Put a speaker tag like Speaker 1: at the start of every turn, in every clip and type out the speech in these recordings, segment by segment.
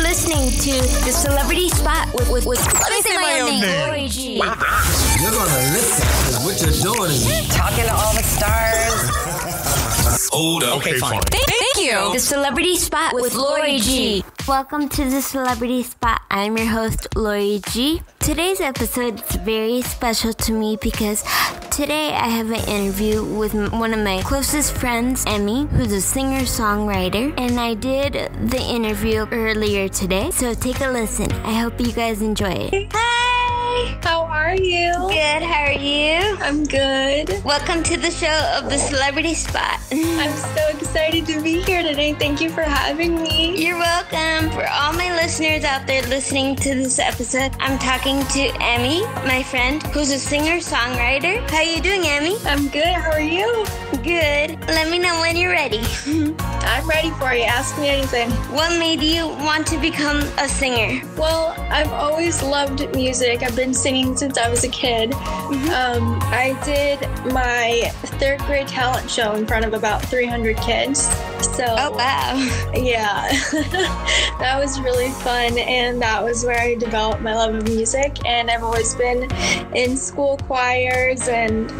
Speaker 1: to the Celebrity Spot with, with, with let me say my, own name,
Speaker 2: name.
Speaker 1: Lori G.
Speaker 3: You're gonna listen because what you're doing is
Speaker 4: Talking to all the stars.
Speaker 3: hold up.
Speaker 2: Okay, fine.
Speaker 5: Thank, thank you.
Speaker 1: The Celebrity Spot with Lori G.
Speaker 6: Welcome to the Celebrity Spot. I'm your host, Lori G. Today's episode is very special to me because today I have an interview with m- one of my closest friends, Emmy, who's a singer songwriter, and I did the interview earlier today. So take a listen. I hope you guys enjoy it.
Speaker 7: Hi, how are you?
Speaker 6: Good, how are you?
Speaker 7: I'm good.
Speaker 6: Welcome to the show of the Celebrity Spot.
Speaker 7: I'm so excited to be here today. Thank you for having me.
Speaker 6: You're welcome. For all my listeners out there listening to this episode, I'm talking to Emmy, my friend, who's a singer-songwriter. How you doing, Emmy?
Speaker 7: I'm good. How are you?
Speaker 6: Good. Let me know when you're ready.
Speaker 7: I'm ready for you. Ask me anything.
Speaker 6: what made you want to become a singer?
Speaker 7: Well, I've always loved music. I've been singing since I was a kid. Um, I did my third grade talent show in front of about 300 kids. So,
Speaker 6: Oh wow.
Speaker 7: yeah, that was really fun. And that was where I developed my love of music. And I've always been in school choirs and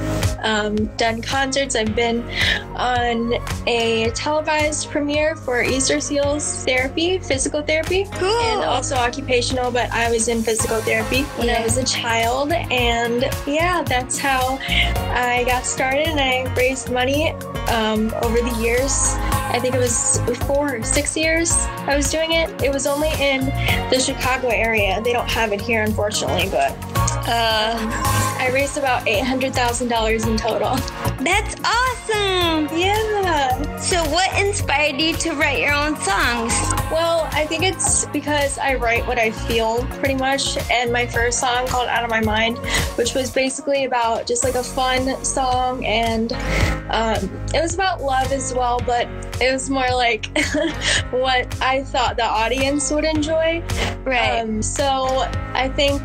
Speaker 7: um, done concerts. I've been on a televised premiere for Easter Seals therapy, physical therapy and
Speaker 6: Cool.
Speaker 7: also occupational, but I was in physical therapy when I
Speaker 6: Yeah.
Speaker 7: was a child. And yeah, that's how I got started. And I raised money um, over the years. I think it was four, or six years I was doing it. It was only in the Chicago area. They don't have it here, unfortunately, but um,
Speaker 6: Uh,
Speaker 7: I raised about $800,000 in total.
Speaker 6: that's awesome.
Speaker 7: Yeah.
Speaker 6: So, what inspired you to write your own songs?
Speaker 7: Well, I think it's because I write what I feel pretty much. And my first song called Out of My Mind, which was basically about just like a fun song. And um, it was about love as well, but it was more like what I thought the audience would enjoy.
Speaker 6: Right.
Speaker 7: Um, so I think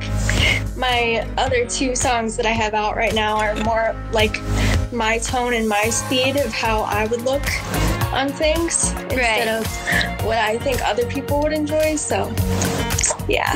Speaker 7: my other two songs that I have out right now are more like my tone and my speed of how I would look on things
Speaker 6: Right.
Speaker 7: instead of what I think other people would enjoy. So yeah.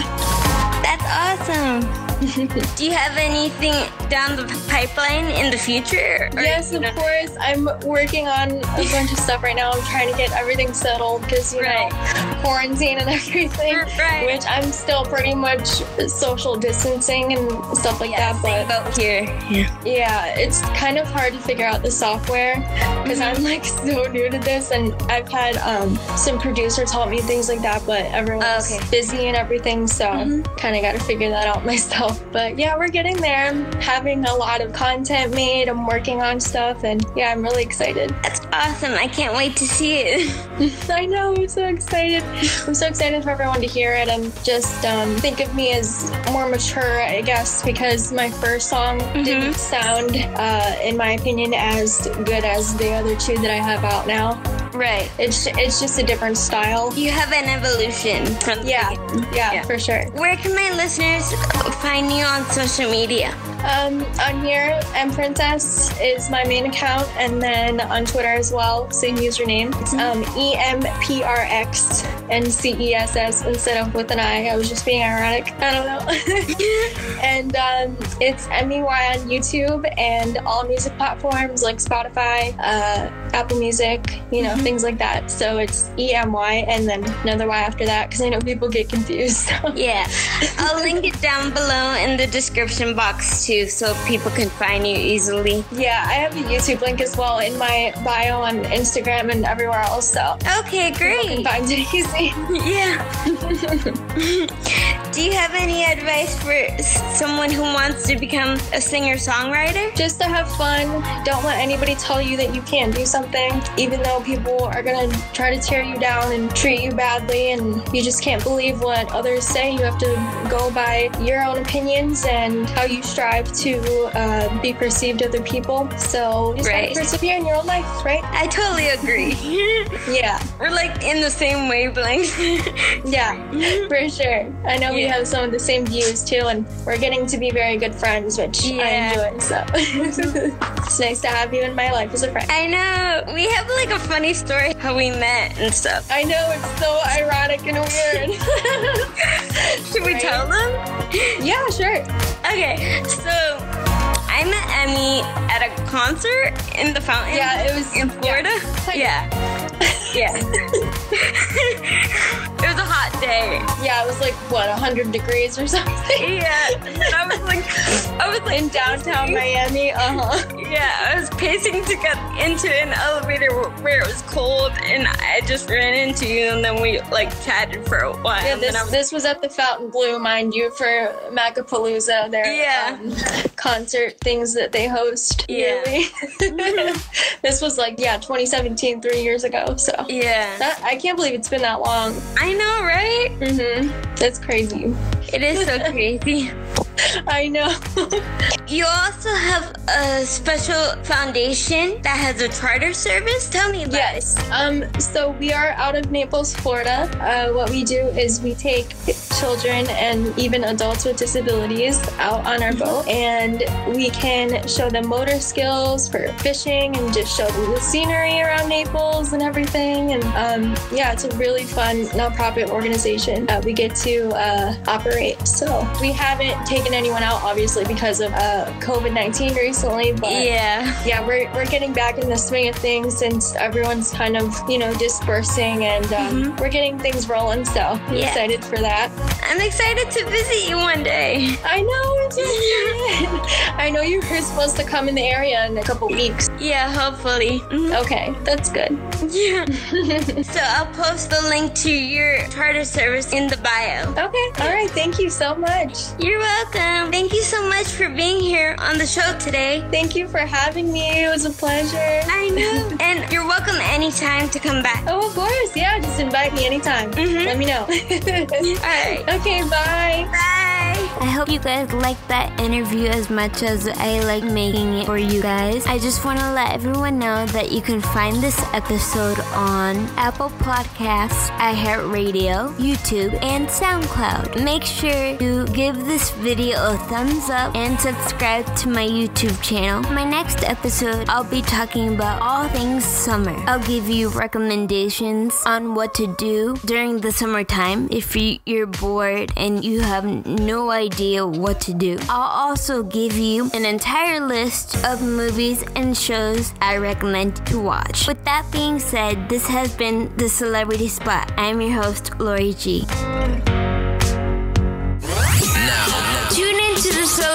Speaker 6: That's awesome. Do you have anything down the pipeline in the future? Or-
Speaker 7: yes, of course. I'm working on a bunch of stuff right now. I'm trying to get everything settled because you
Speaker 6: Right.
Speaker 7: know quarantine and everything.
Speaker 6: Right.
Speaker 7: Which I'm still pretty much social distancing and stuff like
Speaker 6: Yeah,
Speaker 7: that. But
Speaker 6: same boat here.
Speaker 7: Yeah, it's kind of hard to figure out the software because I'm like so new to this, and I've had um, some producers help me things like that, but everyone's
Speaker 6: Oh, okay. Mm-hmm.
Speaker 7: busy and everything, so kind of got to figure that out myself. But yeah, we're getting there. I'm having a lot of content made. I'm working on stuff, and yeah, I'm really excited.
Speaker 6: That's awesome. I can't wait to see it.
Speaker 7: I know, I'm so excited. I'm so excited for everyone to hear it and just um, think of me as more mature, I guess, because my first song didn't sound, uh, in my opinion, as good as the other two that I have out now.
Speaker 6: Right.
Speaker 7: It's it's just a different style.
Speaker 6: You have an evolution from the
Speaker 7: Yeah,
Speaker 6: beginning.
Speaker 7: yeah,
Speaker 6: Yeah.
Speaker 7: for sure.
Speaker 6: Where can my listeners find you on social media?
Speaker 7: Um, on here, M Princess is my main account, and then on Twitter as well, same username. It's um, E M P R X and C E S S instead of with an I. I was just being ironic. I don't know. and um, it's M E Y on YouTube and all music platforms like Spotify, uh, Apple Music, you know, things like that. So it's E M Y and then another Y after that because I know people get confused. So.
Speaker 6: Yeah. I'll link it down below in the description box too so people can find you easily.
Speaker 7: Yeah, I have a YouTube link as well in my bio on Instagram and everywhere else, so
Speaker 6: Okay,
Speaker 7: you can
Speaker 6: great.
Speaker 7: find it easy.
Speaker 6: Yeah. Do you have any advice for s- someone who wants to become a singer-songwriter?
Speaker 7: Just to have fun. Don't let anybody tell you that you can't do something, even though people are gonna try to tear you down and treat you badly, and you just can't believe what others say. You have to go by your own opinions and how you strive to uh, be perceived other people. So just gotta
Speaker 6: Right.
Speaker 7: persevere in your own life, right?
Speaker 6: I totally agree.
Speaker 7: Yeah.
Speaker 6: We're like in the same wavelength. feeling.
Speaker 7: Yeah, for sure. I know we have some of the same views too, and we're getting to be very good friends, which
Speaker 6: Yeah.
Speaker 7: I enjoy. So it's nice to have you in my life as a friend.
Speaker 6: I know. We have like a funny story how we met and stuff.
Speaker 7: I know it's so ironic and weird.
Speaker 6: Should we tell them?
Speaker 7: yeah, sure.
Speaker 6: Okay, so I met Emmy at a concert in the fountain.
Speaker 7: Yeah, it was-
Speaker 6: in Florida. Yeah, yeah. it was a hot day.
Speaker 7: Yeah, it was like what 100 degrees or something
Speaker 6: Yeah, and I was like, I was like
Speaker 7: in downtown
Speaker 6: pacing-
Speaker 7: Miami. Uh
Speaker 6: Uh-huh.
Speaker 7: huh.
Speaker 6: Yeah, I was pacing to get into an elevator wh- where it was cold, and I just ran into you, and then we like chatted for a while.
Speaker 7: Yeah,
Speaker 6: and then I
Speaker 7: this
Speaker 6: was-
Speaker 7: this was at the Fountain Blue, mind you, for Macapalooza. Their
Speaker 6: Yeah.
Speaker 7: um, concert things that they host
Speaker 6: Yeah.
Speaker 7: yearly. this was like yeah, 2017, three years ago. So
Speaker 6: yeah,
Speaker 7: that, I can't believe it's been that long.
Speaker 6: I know, right?
Speaker 7: hmm That's crazy.
Speaker 6: It is so crazy.
Speaker 7: I know.
Speaker 6: You also have a special foundation that has a charter service. Tell me about
Speaker 7: Yes. Um, so we are out of Naples, Florida. Uh, what we do is we take children and even adults with disabilities out on our boat, and we can show them motor skills for fishing and just show them the scenery around Naples and everything. And um, yeah, it's a really fun nonprofit organization that we get to uh, operate. So we haven't taken anyone out, obviously, because of uh, COVID 19 recently, but
Speaker 6: it. Yeah.
Speaker 7: yeah, we're, we're getting back in the swing of things since everyone's kind of, you know, dispersing and um, we're getting things rolling. So I'm
Speaker 6: Yeah.
Speaker 7: excited for that.
Speaker 6: I'm excited to visit you one day.
Speaker 7: I know. it's exciting. I know you were supposed to come in the area in a couple weeks.
Speaker 6: Yeah, hopefully. Mhm.
Speaker 7: Okay, that's good.
Speaker 6: Yeah. so I'll post the link to your charter service in the bio.
Speaker 7: Okay. All right. Thank you so much.
Speaker 6: You're welcome. Thank you so much for being here on the show today.
Speaker 7: Thank you for having me. It was a pleasure.
Speaker 6: I know. and you're welcome anytime to come back.
Speaker 7: Oh, of course. Yeah, just invite me anytime.
Speaker 6: Mhm.
Speaker 7: Let me know.
Speaker 6: All right.
Speaker 7: okay, bye.
Speaker 6: Bye.
Speaker 1: I hope you guys liked that interview as much as I like making it for you guys. I just want to let everyone know that you can find this episode on Apple Podcasts, iHeartRadio, YouTube, and SoundCloud. Make sure to give this video a thumbs up and subscribe to my YouTube channel. My next episode, I'll be talking about all things summer. I'll give you recommendations on what to do during the summertime if you- you're bored and you have no idea what to do. I'll also give you an entire list of movies and shows I recommend to watch. With that being said, this has been The Celebrity Spot. I'm your host, Lori G. Tune into the show